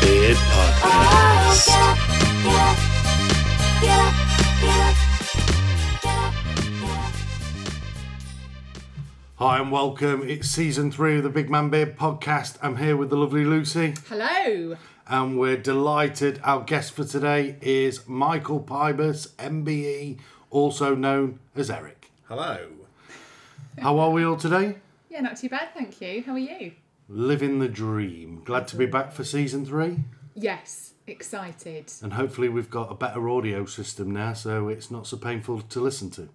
Dead Podcast. Hi and welcome. It's season three of the Big Man Beard podcast. I'm here with the lovely Lucy, Hello. and we're delighted. Our guest for today is Michael Pybus, MBE, also known as Eric. Hello. How are we all today? Yeah, not too bad, thank you. How are you? Living the dream. Glad to be back for season three, Yes, excited. and hopefully, we've got a better audio system now so it's not so painful to listen to.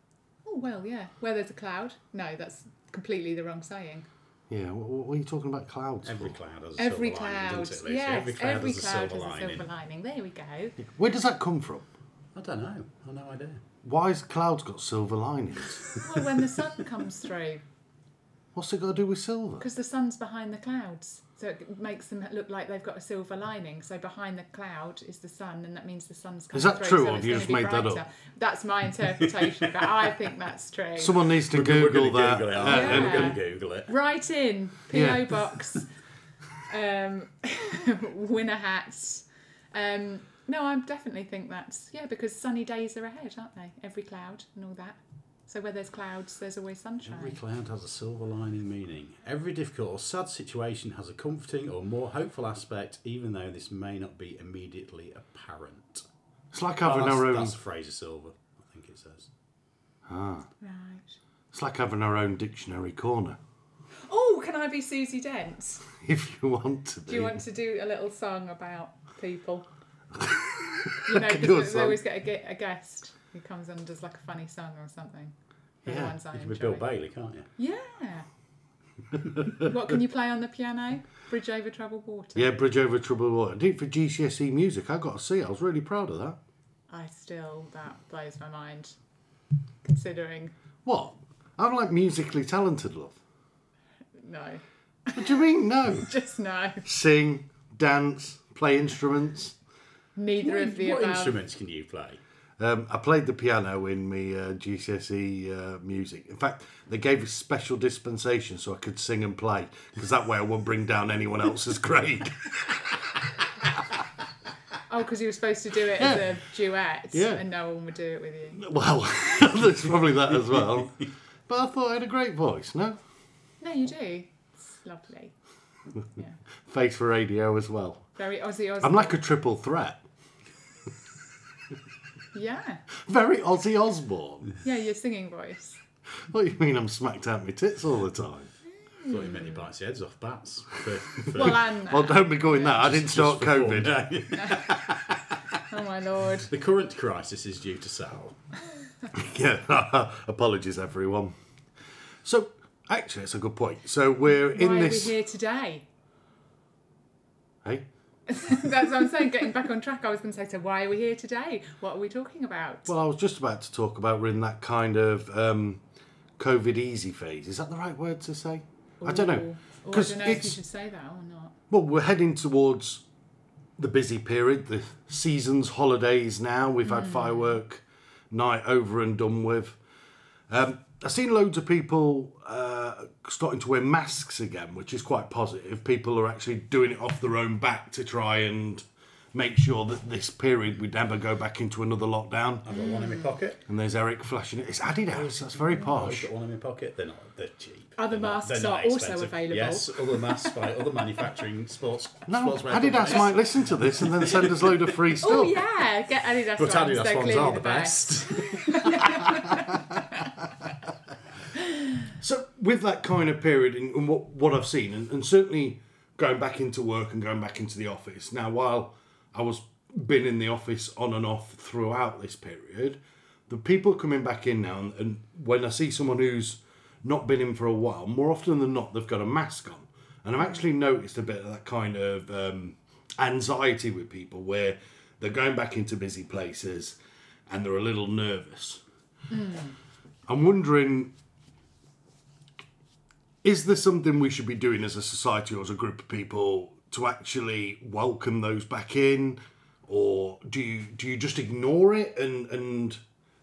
Oh well, yeah. Where there's a cloud? No, that's completely the wrong saying. Yeah, what, what are you talking about clouds? Every cloud has a Every silver lining, cloud. doesn't it, Lucy? Yes, every cloud has a silver lining. lining. There we go. for? Where does that come from? I don't know. I've no idea. Why has clouds got silver linings? Well, when the sun comes through, What's it got to do with silver? because the sun's behind the clouds, so it makes them look like they've got a silver lining. So behind the cloud is the sun, and that means the sun's coming that through. true, so or it's have you gonna just be made that up? brighter. That's my interpretation, but I think that's true. Someone needs to We're gonna- we're Google gonna that. Google it, uh, aren't we? and- We're going to Google it. Right in PO Yeah. box, um, winner hats. Um, no, I definitely think that's yeah because sunny days are ahead, aren't they? Every cloud and all that. So where there's clouds, there's always sunshine. Every cloud has a silver lining meaning. Every difficult or sad situation has a comforting or more hopeful aspect, even though this may not be immediately apparent. It's like having Oh, that's, our own. that's Fraser Silver, I think it says. Right. It's like having our own dictionary corner, Oh, can I be Susie Dent? if you want to be. Do you want to do a little song about people? You know, can do a 'cause they song. always get a, ge- a guest who comes and does like a funny song or something. The Yeah, ones I You can be enjoy. Bill Bailey, can't you? Yeah. what can you play on the piano? Bridge over troubled water. Yeah, Bridge Over Troubled Water. I did it for GCSE E music. I got a C. I was really proud of that. I still that blows my mind. Considering What? I'm like musically talented, love. no, What do you mean? No. just no. Sing, dance, play instruments. Neither What, of the what above. instruments can you play? Um, I played the piano in my uh, GCSE uh, music. In fact, they gave a special dispensation so I could sing and play because that way I wouldn't bring down anyone else's grade. Oh, because you were supposed to do it as a duet, Yeah. and no one would do it with you. Well, there's probably that as well. But I thought I had a great voice, no? No, you do. It's lovely. Yeah, Face for radio as well. very Aussie Aussie. I'm like a triple threat. yeah, Very Ozzy Osbourne. yeah. Your singing voice. What do you mean I'm smacked out my tits all the time? I thought you meant you bites the heads off bats. For, for, Well, and Well, don't be going that. I didn't start just for fun. COVID. oh my lord. The current crisis is due to Sal. Yeah, apologies, everyone. So, actually, it's a good point. So, we're in Why this. are we here today? Hey? That's what I'm saying. Getting back on track, I was going to say, so why are we here today? What are we talking about? Well, I was just about to talk about we're in that kind of um, COVID easy phase. Is that the right word to say? I don't know. Or I Because don't know if you it's. should say that or not. Well, we're heading towards the busy period, the season's holidays now. We've had firework night over and done with. Um, I've seen loads of people uh, starting to wear masks again, which is quite positive. People are actually doing it off their own back to try and make sure that this period we never go back into another lockdown. I've got one in my pocket. And there's Eric flashing it. It's Adidas. That's very I've posh. got one in my pocket. They're not. They're cheap. Other They're not- masks they're not are also expensive. available. Yes, other masks by other manufacturing sports. No, sportswear Adidas companies. might listen to this and then send us a load of free stuff. Oh yeah, get Adidas ones. But Adidas They're ones clearly are the best. So with that kind of period and, and what what I've seen, and, and certainly going back into work and going back into the office. Now, while I was been in the office on and off throughout this period, the people coming back in now, and, and when I see someone who's not been in for a while, more often than not, they've got a mask on, and I've actually noticed a bit of that kind of um, anxiety with people where they're going back into busy places and they're a little nervous. I'm wondering is there something we should be doing as a society or as a group of people to actually welcome those back in, or do you do you just ignore it and and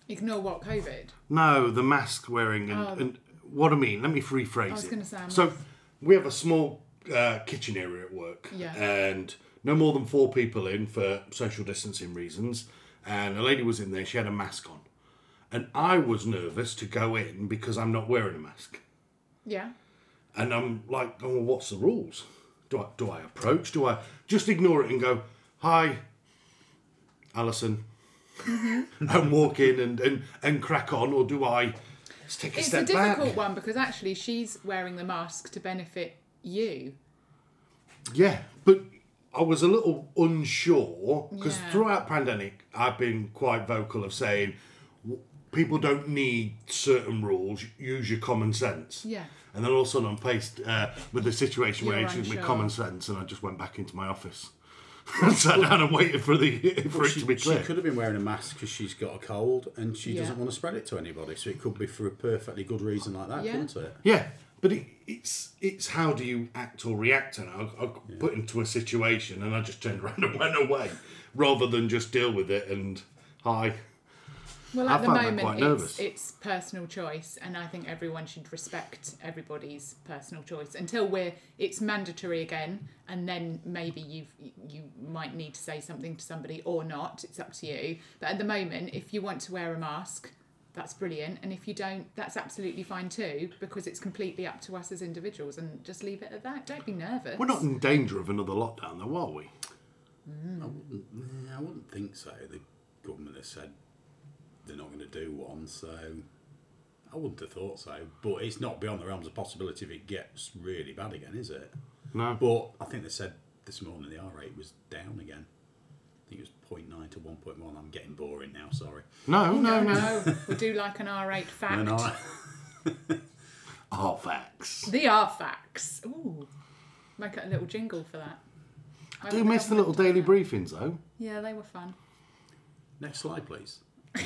Ignore what COVID. no the mask wearing and, and what I mean? Let me rephrase Um, was it. gonna say, I'm so not- we have a small uh, kitchen area at work, Yeah. and no more than four people in for social distancing reasons. And a lady was in there, she had a mask on. And I was nervous to go in because I'm not wearing a mask. Yeah. And I'm like, oh, well, what's the rules? Do I, do I approach? Do I just ignore it and go, hi, Alison, Mm-hmm. and walk in and, and, and crack on? Or do I just take a It's step a difficult back? one because actually she's wearing the mask to benefit you. Yeah, but I was a little unsure because Yeah. throughout pandemic, I've been quite vocal of saying w- people don't need certain rules. Use your common sense. Yeah. And then all of a sudden, I'm faced uh, with a situation where You're it's with unsure. common sense, and I just went back into my office and sat down and waited for the for it She, to be she clear. could have been wearing a mask because she's got a cold and she Yeah. doesn't want to spread it to anybody. So it could be for a perfectly good reason like that, Yeah. couldn't it? Yeah, but it, it's it's how do you act or react? And I, I got put into a situation, and I just turned around and went away, rather than just deal with it and hi. Well, I at the found that moment, quite it's, nervous. it's personal choice, and I think everyone should respect everybody's personal choice until we're it's mandatory again, and then maybe you you might need to say something to somebody or not. It's up to you. But at the moment, if you want to wear a mask, that's brilliant, and if you don't, that's absolutely fine too, because it's completely up to us as individuals. And just leave it at that. Don't be nervous. We're not in danger of another lockdown, though, are we? Yeah, I wouldn't think so. The government has said they're not going to do one, so I wouldn't have thought so. But it's not beyond the realms of possibility if it gets really bad again, is it? No. But I think they said this morning the R rate was down again. I think it was 0.9 to 1.1. I'm getting boring now, sorry. No, no, no. no, we do like an R8 fact. And I, Oh, facts. The R facts. Ooh, make a little jingle for that. I Do you miss the little daily briefings, though? Yeah, they were fun. next slide, please.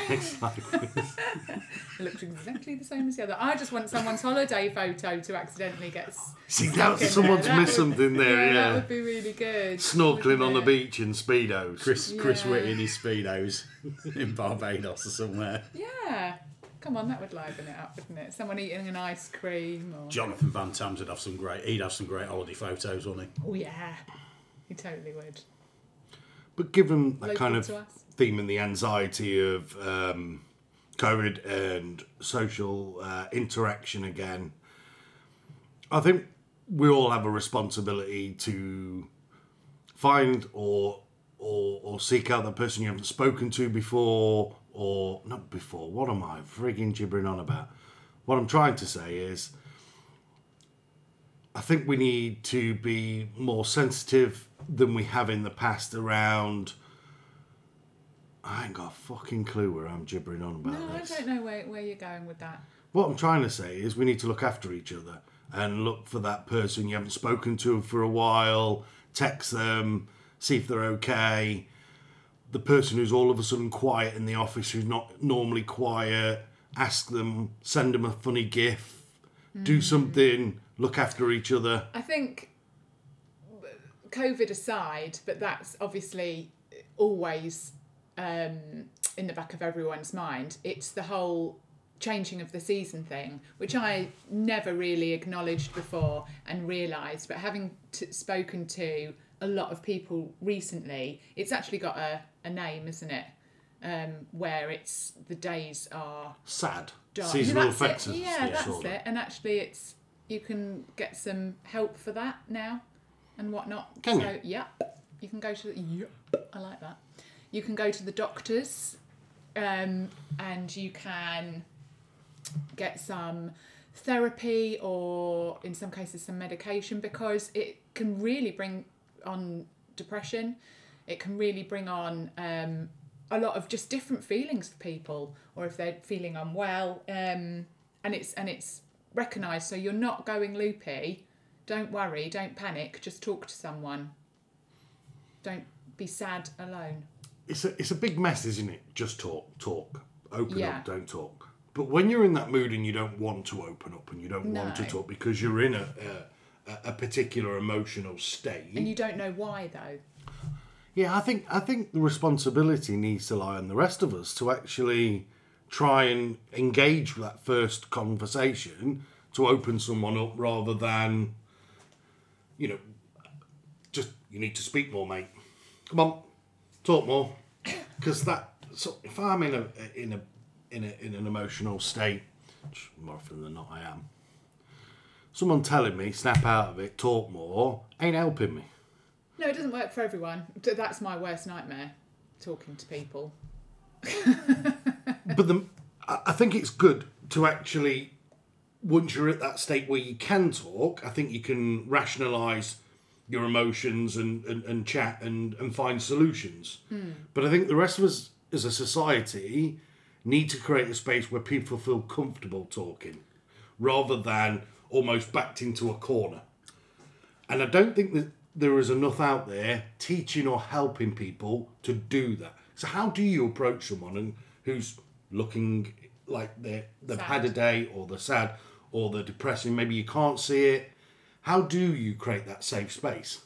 Next slide, please. It looked exactly the same as the other. I just want someone's holiday photo to accidentally get. s- See, that, Okay, someone's that missed would- something there, yeah. that would be really good. Snorkeling wouldn't on the it? beach in Speedos. Chris, Chris Yeah. Whitty in his Speedos in Barbados or somewhere. Yeah, come on, that would liven it up, wouldn't it? Someone eating an ice cream or. Jonathan Van Tams would have some great, he'd have some great holiday photos, wouldn't he? Oh yeah, he totally would. But given that Local kind of to us. theme and the anxiety of um, COVID and social uh, interaction again, I think we all have a responsibility to find or or, or seek out the person you haven't spoken to before or not before. What am I frigging gibbering on about? What I'm trying to say is. I think we need to be more sensitive than we have in the past around. I ain't got a fucking clue where I'm gibbering on about No, I this. don't know where, where you're going with that. What I'm trying to say is we need to look after each other and look for that person you haven't spoken to for a while, text them, see if they're okay. The person who's all of a sudden quiet in the office, who's not normally quiet, ask them, send them a funny gif, Mm. do something, look after each other. I think COVID aside, but that's obviously always um, in the back of everyone's mind. It's the whole changing of the season thing, which I never really acknowledged before and realised. But having t- spoken to a lot of people recently, it's actually got a, a name, isn't it? Um, where it's the days are sad dark. seasonal Yeah, effects that's it. of Yeah, that's disorder. it. And actually, it's you can get some help for that now and whatnot. Can so, yeah, you can go to the. Yep, I like that. You can go to the doctors, um, and you can get some therapy or, in some cases, some medication because it can really bring on depression. It can really bring on um, a lot of just different feelings for people, or if they're feeling unwell, um, and it's and it's recognised. So you're not going loopy. Don't worry. Don't panic. Just talk to someone. Don't be sad alone. It's a it's a big mess, isn't it? Just talk, talk, open Yeah. up, don't talk. But when you're in that mood and you don't want to open up and you don't want to No. talk because you're in a a, a particular emotional state, And you don't know why though. Yeah, I think I think the responsibility needs to lie on the rest of us to actually try and engage with that first conversation to open someone up rather than you know just you need to speak more, mate. Come on, talk more, because that. So if I'm in a in a in a in an emotional state, which more often than not I am, someone telling me snap out of it, talk more, ain't helping me. No, it doesn't work for everyone. D- That's my worst nightmare, talking to people. but the, I I think it's good to actually, once you're at that state where you can talk, I think you can rationalise your emotions and, and, and chat and, and find solutions. But I think the rest of us as a society need to create a space where people feel comfortable talking rather than almost backed into a corner. And I don't think that there is enough out there teaching or helping people to do that. So how do you approach someone and who's looking like they they've had a Sad. day or they're sad or they're depressing, maybe you can't see it. How do you create that safe space?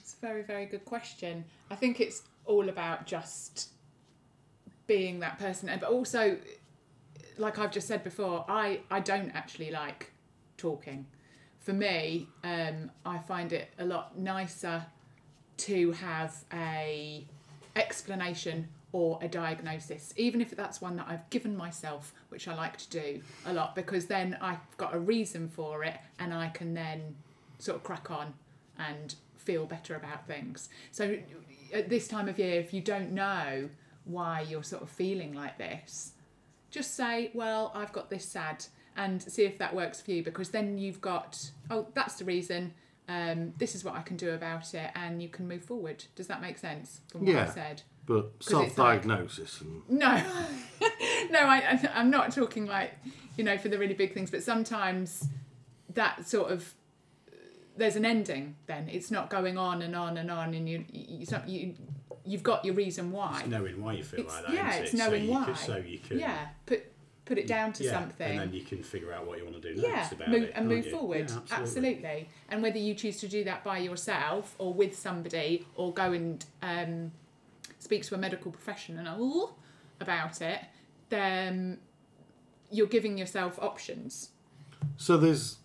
It's a very, very good question. I think it's all about just being that person, and but also, like I've just said before, I I don't actually like talking. For me, um, I find it a lot nicer to have a explanation or a diagnosis, even if that's one that I've given myself, which I like to do a lot, because then I've got a reason for it, and I can then sort of crack on and feel better about things. So at this time of year, if you don't know why you're sort of feeling like this, just say, Well, I've got this sad, and see if that works for you because then you've got, Oh, that's the reason. Um, this is what I can do about it, and you can move forward. Does that make sense from what Yeah. I've said? But it's like- self-diagnosis and No, no, I, I- I'm not talking like you know for the really big things, but sometimes that sort of there's an ending. Then it's not going on and on and on, and you, you it's not you you've got your reason why. It's knowing why you feel It's- like that. yeah, isn't it? it's knowing so you why. Can, so you can. yeah, put put it down to yeah, something. And then you can figure out what you want to do next yeah, about move, it. and can't move you? forward. Yeah, absolutely. And whether you choose to do that by yourself or with somebody, or go and um, speak to a medical professional about it, then you're giving yourself options. So there's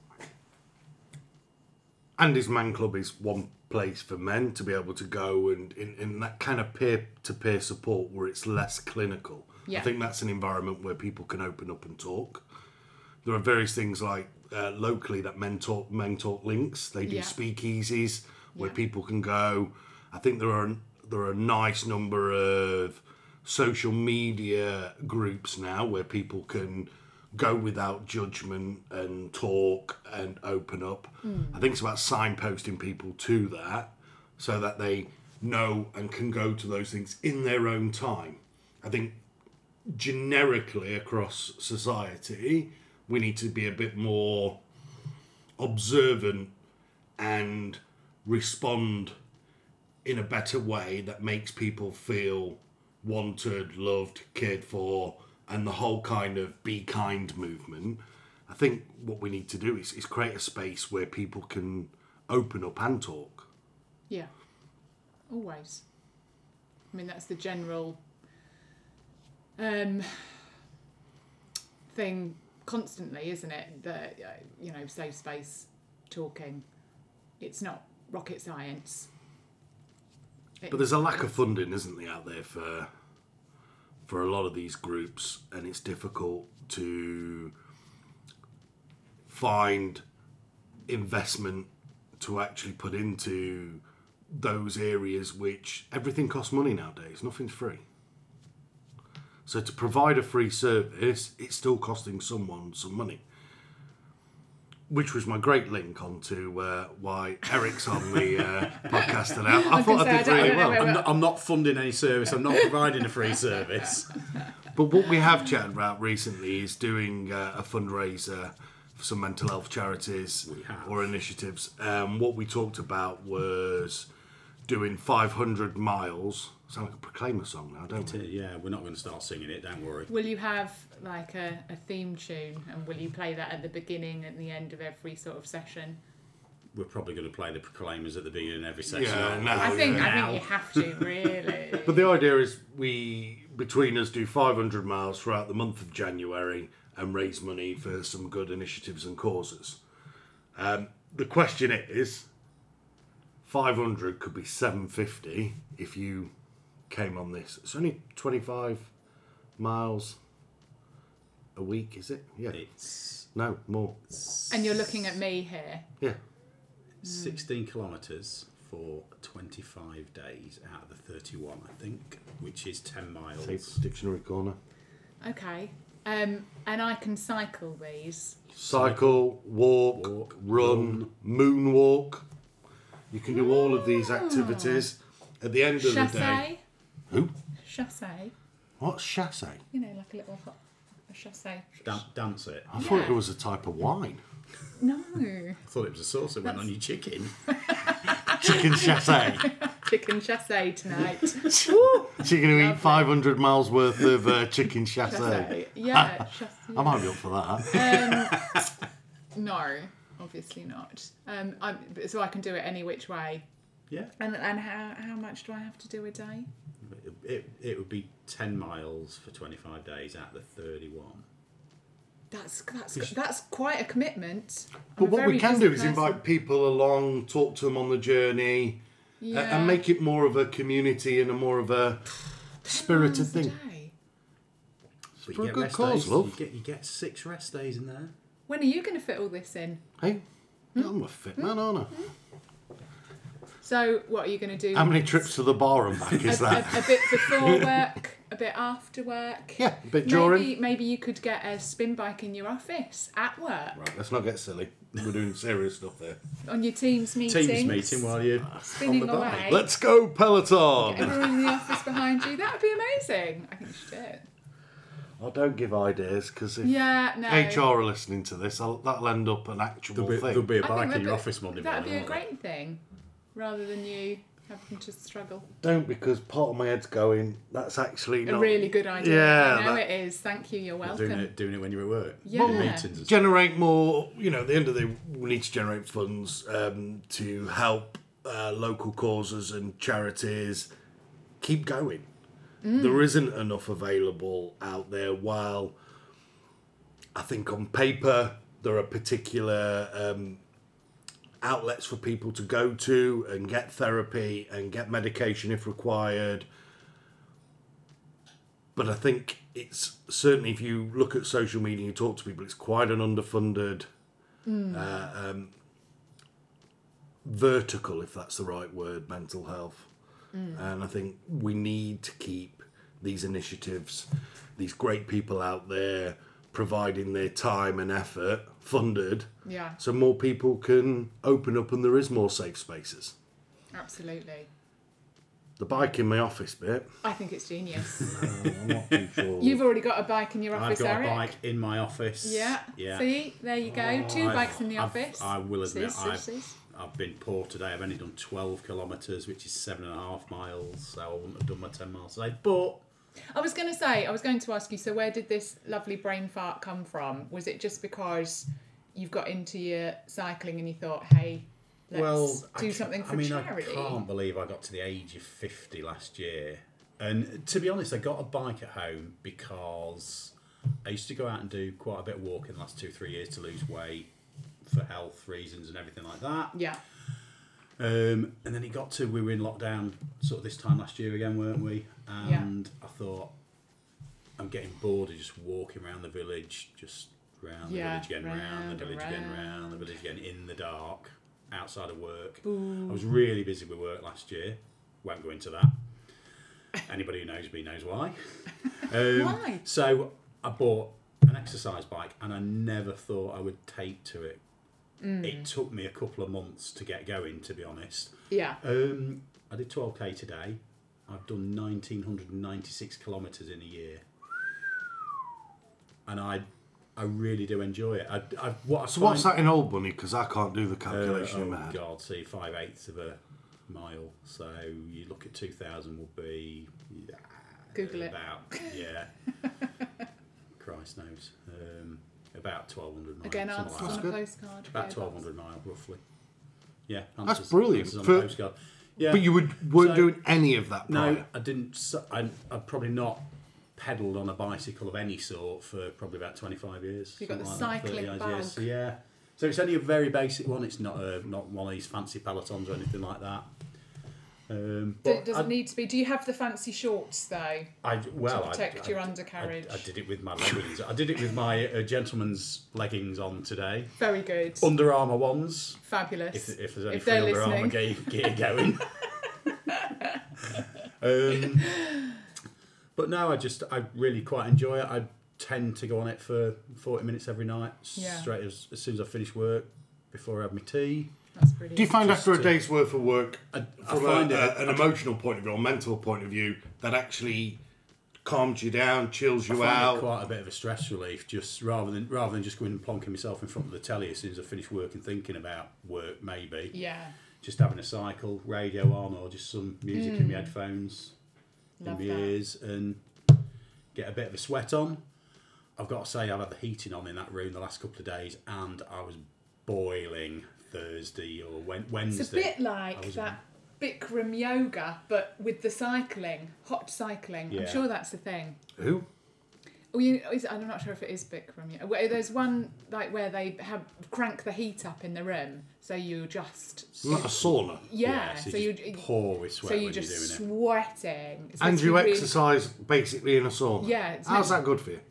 Andy's Man Club is one place for men to be able to go and in, in that kind of peer to peer support where it's less clinical. I Yeah. think that's an environment where people can open up and talk. There are various things like uh, locally that men talk men talk links. They do Yeah. speakeasies where Yeah. people can go. I think there are there are a nice number of social media groups now where people can go without judgment and talk and open up. Hmm. I think it's about signposting people to that so that they know and can go to those things in their own time. I think generically across society, we need to be a bit more observant and respond in a better way that makes people feel wanted, loved, cared for, and the whole kind of be kind movement. I think what we need to do is, is create a space where people can open up and talk. Yeah. Always. I mean, that's the general um, thing constantly, isn't it? That, uh, you know, safe space talking. It's not rocket science. It- But there's a lack of funding, isn't there, out there for for a lot of these groups, and it's difficult to find investment to actually put into those areas which everything costs money nowadays. Nothing's free. So to provide a free service, it's still costing someone some money. Which was my great link onto uh, why Eric's on the uh, podcast today. I, thought was gonna I did say, I really don't- I don't know well. where I'm not, I'm not funding any service. I'm not providing a free service. But what we have chatted about recently is doing uh, a fundraiser for some mental health charities have. or initiatives. Um, what we talked about was doing 500 miles. Sound like a Proclaimer song now, don't it? yeah, we're not going to start singing it. Don't worry. Will you have like a, a theme tune and will you play that at the beginning and the end of every sort of session? We're probably going to play the Proclaimers at the beginning of every section. Oh, Yeah, aren't we? no. I think I Now. think you have to really. But the idea is we, between us, do 500 miles throughout the month of January and raise money for some good initiatives and causes. Um, the question is 500 could be 750 if you came on this. It's only 25 miles a week, is it? Yeah. It's No, more. And you're looking at me here. Yeah. 16 kilometres for 25 days out of the 31, I think, which is 10 Tape's miles. dictionary corner. Okay. Um, and I can cycle these. Cycle, walk, Walk, run, moonwalk. You can do all of these activities at the end of the day. Ah. Chassé. Who? Chassé. What's chassé? You know, like a little hot a chassé. Dan- dance it. I thought it was a type of wine. No. I thought it was a sauce that went on your chicken. Chicken chassé. Chicken chassé tonight. She's going to eat 500 miles worth of uh, chicken chassé. chassé. Yeah, chassé. I might be up for that. No, obviously not. Um, I'm, so I can do it any which way. Yeah. And and how, how much do I have to do a day? It, it, it would be 10 miles for 25 days out of the 31. That's that's that's quite a commitment. I'm But a what we very can busy do is person. invite uh, people along, talk to them on the journey, a- Yeah. and make it more of a community and a more of a spirited Miles a thing. day. But For you a get good rest cause, days. love. You get, you get six rest days in there. When are you going to fit all this in? Hey, Hmm? I'm a fit man, aren't So what are you going to do? I? How many trips to the bar and back A, is a, that? a bit before work, a bit after work. Yeah, a bit during. Maybe, maybe you could get a spin bike in your office at work Right, let's not get silly. We're doing serious stuff there. on your teams meetings. Teams meeting while you. spinning on the bike. away. Let's go, Peloton! Everyone in the office behind you. That would be amazing. I think you should do it. I don't give ideas because if Yeah, no. HR are listening to this, I'll, that'll end up an actual There'll be, thing. there'll be a I think bike that'd in your be- office Monday That'd be morning. a won't great there? thing, rather than you having to struggle. Don't because part of my head's going. That's actually A not really good idea. Yeah, I know that- it is. Thank you. You're welcome. Doing it, doing it when you're at work. Yeah. In meetings and stuff. generate more. You know, at the end of the day, we need to generate funds um, to help uh, local causes and charities. Keep going. There isn't enough available out there. While I think on paper there are particular um, outlets for people to go to and get therapy and get medication if required but I think it's certainly if you look at social media, you talk to people, it's quite an underfunded uh, um, vertical, if that's the right word, mental health. And I think we need to keep these initiatives, these great people out there providing their time and effort funded Yeah, so more people can open up and there is more safe spaces. absolutely. The bike in my office bit. I think it's genius. I'm not too sure. You've already got a bike in your I've office, got Eric. a bike in my office. Yeah. Yeah. Oh, See, there you go. Two I've- bikes in the I've- office. I will admit, Sis, I've, sis, sis. I've been poor today. I've only done 12 kilometres, which is seven and a half miles, so I wouldn't have done my 10 miles today. But I was going to say, I was going to ask you, so where did this lovely brain fart come from? Was it just because you've got into your cycling and you thought, hey, let's I do ca- something for I mean, charity? I can't believe I got to the age of 50 last year. And to be honest, I got a bike at home because I used to go out and do quite a bit of walking the last two, three years to lose weight for health reasons and everything like that. Yeah, Um, and then it got to we were in lockdown sort of this time last year again, weren't we? And I thought I'm getting bored of just walking around the village, just round the Yeah, village again, round, round, the village again, round. round the village again in the dark, outside of work. I was really busy with work last year. Won't go into that. Anybody who knows me knows why. Um, Why? So I bought an exercise bike, and I never thought I would take to it. It took me a couple of months to get going, to be honest. yeah. Um, I did 12k today. I've done 1996 kilometres in a year, and I, I really do enjoy it. I, I what I So what's find- that in Old Bunny? Because I can't do the calculation in my oh head. God, see five eighths of a mile. So you look at 2,000 will be yeah, Google it. about yeah. Christ knows, um, about 1,200 miles. Again, something answers like on that. a good. postcard. About yeah, 1,200 mile roughly. Yeah, That's answers- brilliant. answers on For- a postcard. Yeah. But you would, weren't So- doing any of that prior. No, I didn't. s- I, I've probably not pedalled on a bicycle of any sort for probably about 25 years. You got the something like that, 30 cycling odd years. bug. Yeah. So it's only a very basic one. It's not a, not one of these fancy pelotons or anything like that. Um, Do- but does I- it need to be? Do you have the fancy shorts though? I, well, I- protect I- your I- undercarriage. I, I did it with my leggings. I did it with my uh, gentleman's leggings on today. Very good. Under Armour ones. Fabulous. Um, If, if there's any If free they're Under Armour gear, gear going. um, but no, I just I really quite enjoy it. I tend to go on it for forty minutes every night, Yeah. straight as, as soon as I finish work, before I have my tea. That's Do you brilliant. find Just after a to- day's worth of work, I, I from a- find a- it. an emotional point of view or mental point of view, that actually calms you down, chills you I find out? it quite a bit of a stress relief, just rather than rather than just going and plonking myself in front of the telly as soon as I finish work and thinking about work, maybe Yeah, just having a cycle, radio on, or just some music in my Hmm. headphones, Love in my that. ears, and get a bit of a sweat on. I've got to say, I've had the heating on in that room the last couple of days, and I was boiling Thursday or Wed- Wednesday. it's a bit I like was- that Bikram yoga, but with the cycling, hot cycling. Yeah. I'm sure that's the thing. Who? Well, you, is, I'm not sure if it is Bikram. Yoga. Well, There's one like where they have crank the heat up in the room, so you just Not a sauna. yeah, so, so, you you just pour with sweat so when you're you're just doing it. sweating. It's And meant to you be really- exercise basically in a sauna. Yeah, it's How's meant- that good for you?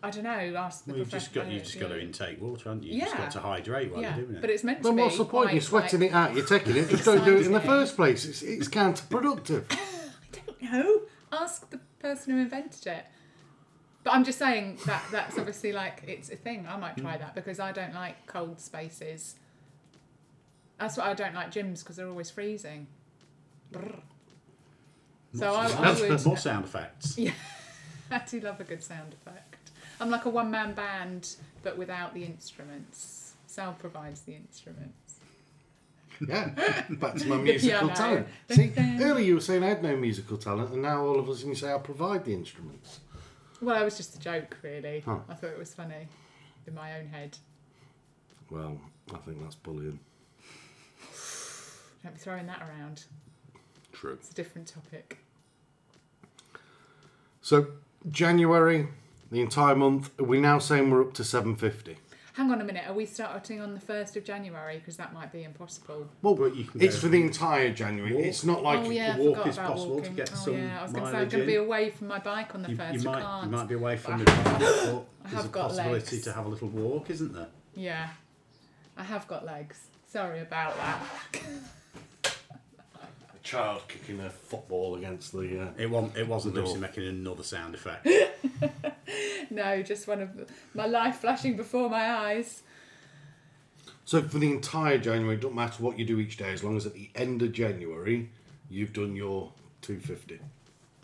I don't know. Ask the Well, you've just professional- got I you've don't just got to know. intake water, haven't you? You've Yeah. just got to hydrate while Yeah, you're doing it. but it's meant to Then be. what's the point? quite, You're sweating like, it out, you're taking it. Just don't do it in the exciting. first place. It's, it's counterproductive. No, ask the person who invented it. But I'm just saying that that's obviously like it's a thing. I might Hmm. try that because I don't like cold spaces. That's why I don't like gyms because they're always freezing. Brr. So I, I would. more sound effects. I do love a good sound effect. I'm like a one man band, but without the instruments. Sal provides the instruments. Yeah, back to my musical piano. talent. See, earlier you were saying I had no musical talent, and now all of a sudden you say I provide the instruments. Well, it was just a joke, really. Huh. I thought it was funny in my own head. Well, I think that's bullying. Don't be throwing that around. True. It's a different topic. So, January, the entire month, are we now saying we're up to 750? Hang on a minute. Are we starting on the first of January? Because that might be impossible. Well, But you can it's go for the entire January. walk. It's not like oh you yeah, can I walk. forgot is about possible to walking. get oh, some yeah. I was going to say I'm mileage going to be in. away from my bike on the You, first. you I might can't. you might be away from the But I bike, I but there's a have got possibility legs. to have a little walk, isn't there? Yeah, I have got legs. Sorry about that. A child kicking a football against the. Uh, It wasn't. It wasn't No. Lucy making another sound effect. No, just one of the, my life flashing before my eyes. So for the entire January, it doesn't matter what you do each day, as long as at the end of January you've done your 250.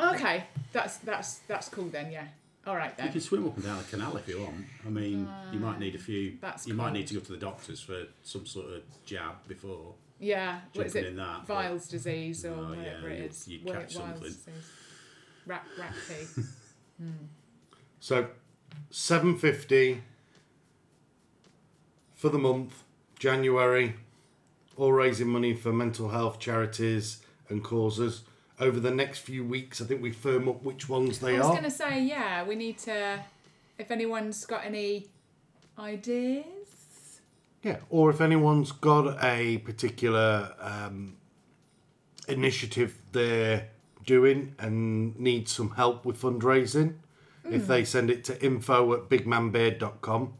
Okay, that's that's that's cool then. Yeah. All right you then. can swim up and down the canal if you want. I mean, you might need a few. Mm, That's you might cold. need to go to the doctors for some sort of jab before. Yeah. What is Jumping it? in that, but- Viles disease or No, whatever yeah, it you'd- is. you'd Wi- catch Wiles something. disease. Rat rat pee. So 750 for the month, January, all raising money for mental health charities and causes. Over the next few weeks, I think we firm up which ones they I was are. going to say, yeah, we need to. If anyone's got any ideas, Yeah, or if anyone's got a particular um, initiative they're doing and needs some help with fundraising, if they send it to info at bigmanbeard.com,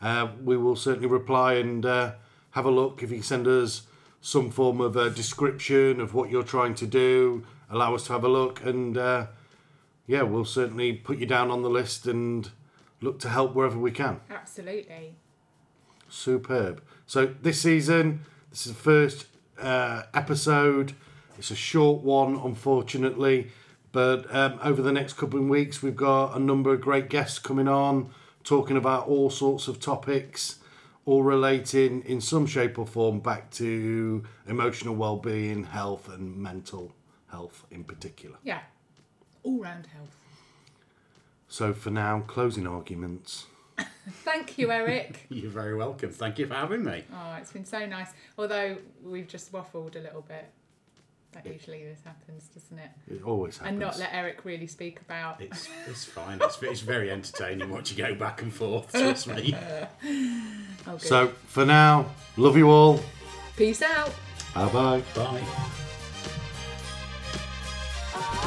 uh, we will certainly reply and uh, have a look. If you send us some form of a description of what you're trying to do, allow us to have a look, and uh, yeah, we'll certainly put you down on the list and look to help wherever we can. absolutely. Superb. So this season, this is the first uh, episode. It's a short one, unfortunately, but um, over the next couple of weeks, we've got a number of great guests coming on, talking about all sorts of topics, all relating in some shape or form back to emotional well-being, health, and mental health in particular. Yeah, all round health. So for now, closing arguments. Thank you, Eric. You're very welcome. Thank you for having me. oh, it's been so nice. Although we've just waffled a little bit. That usually this happens, doesn't it? It always happens. And not let Eric really speak about. It's it's fine. It's, it's very entertaining. Once you go back and forth, trust me. Oh, good. So for now, love you all. Peace out. Bye bye. Bye. Oh,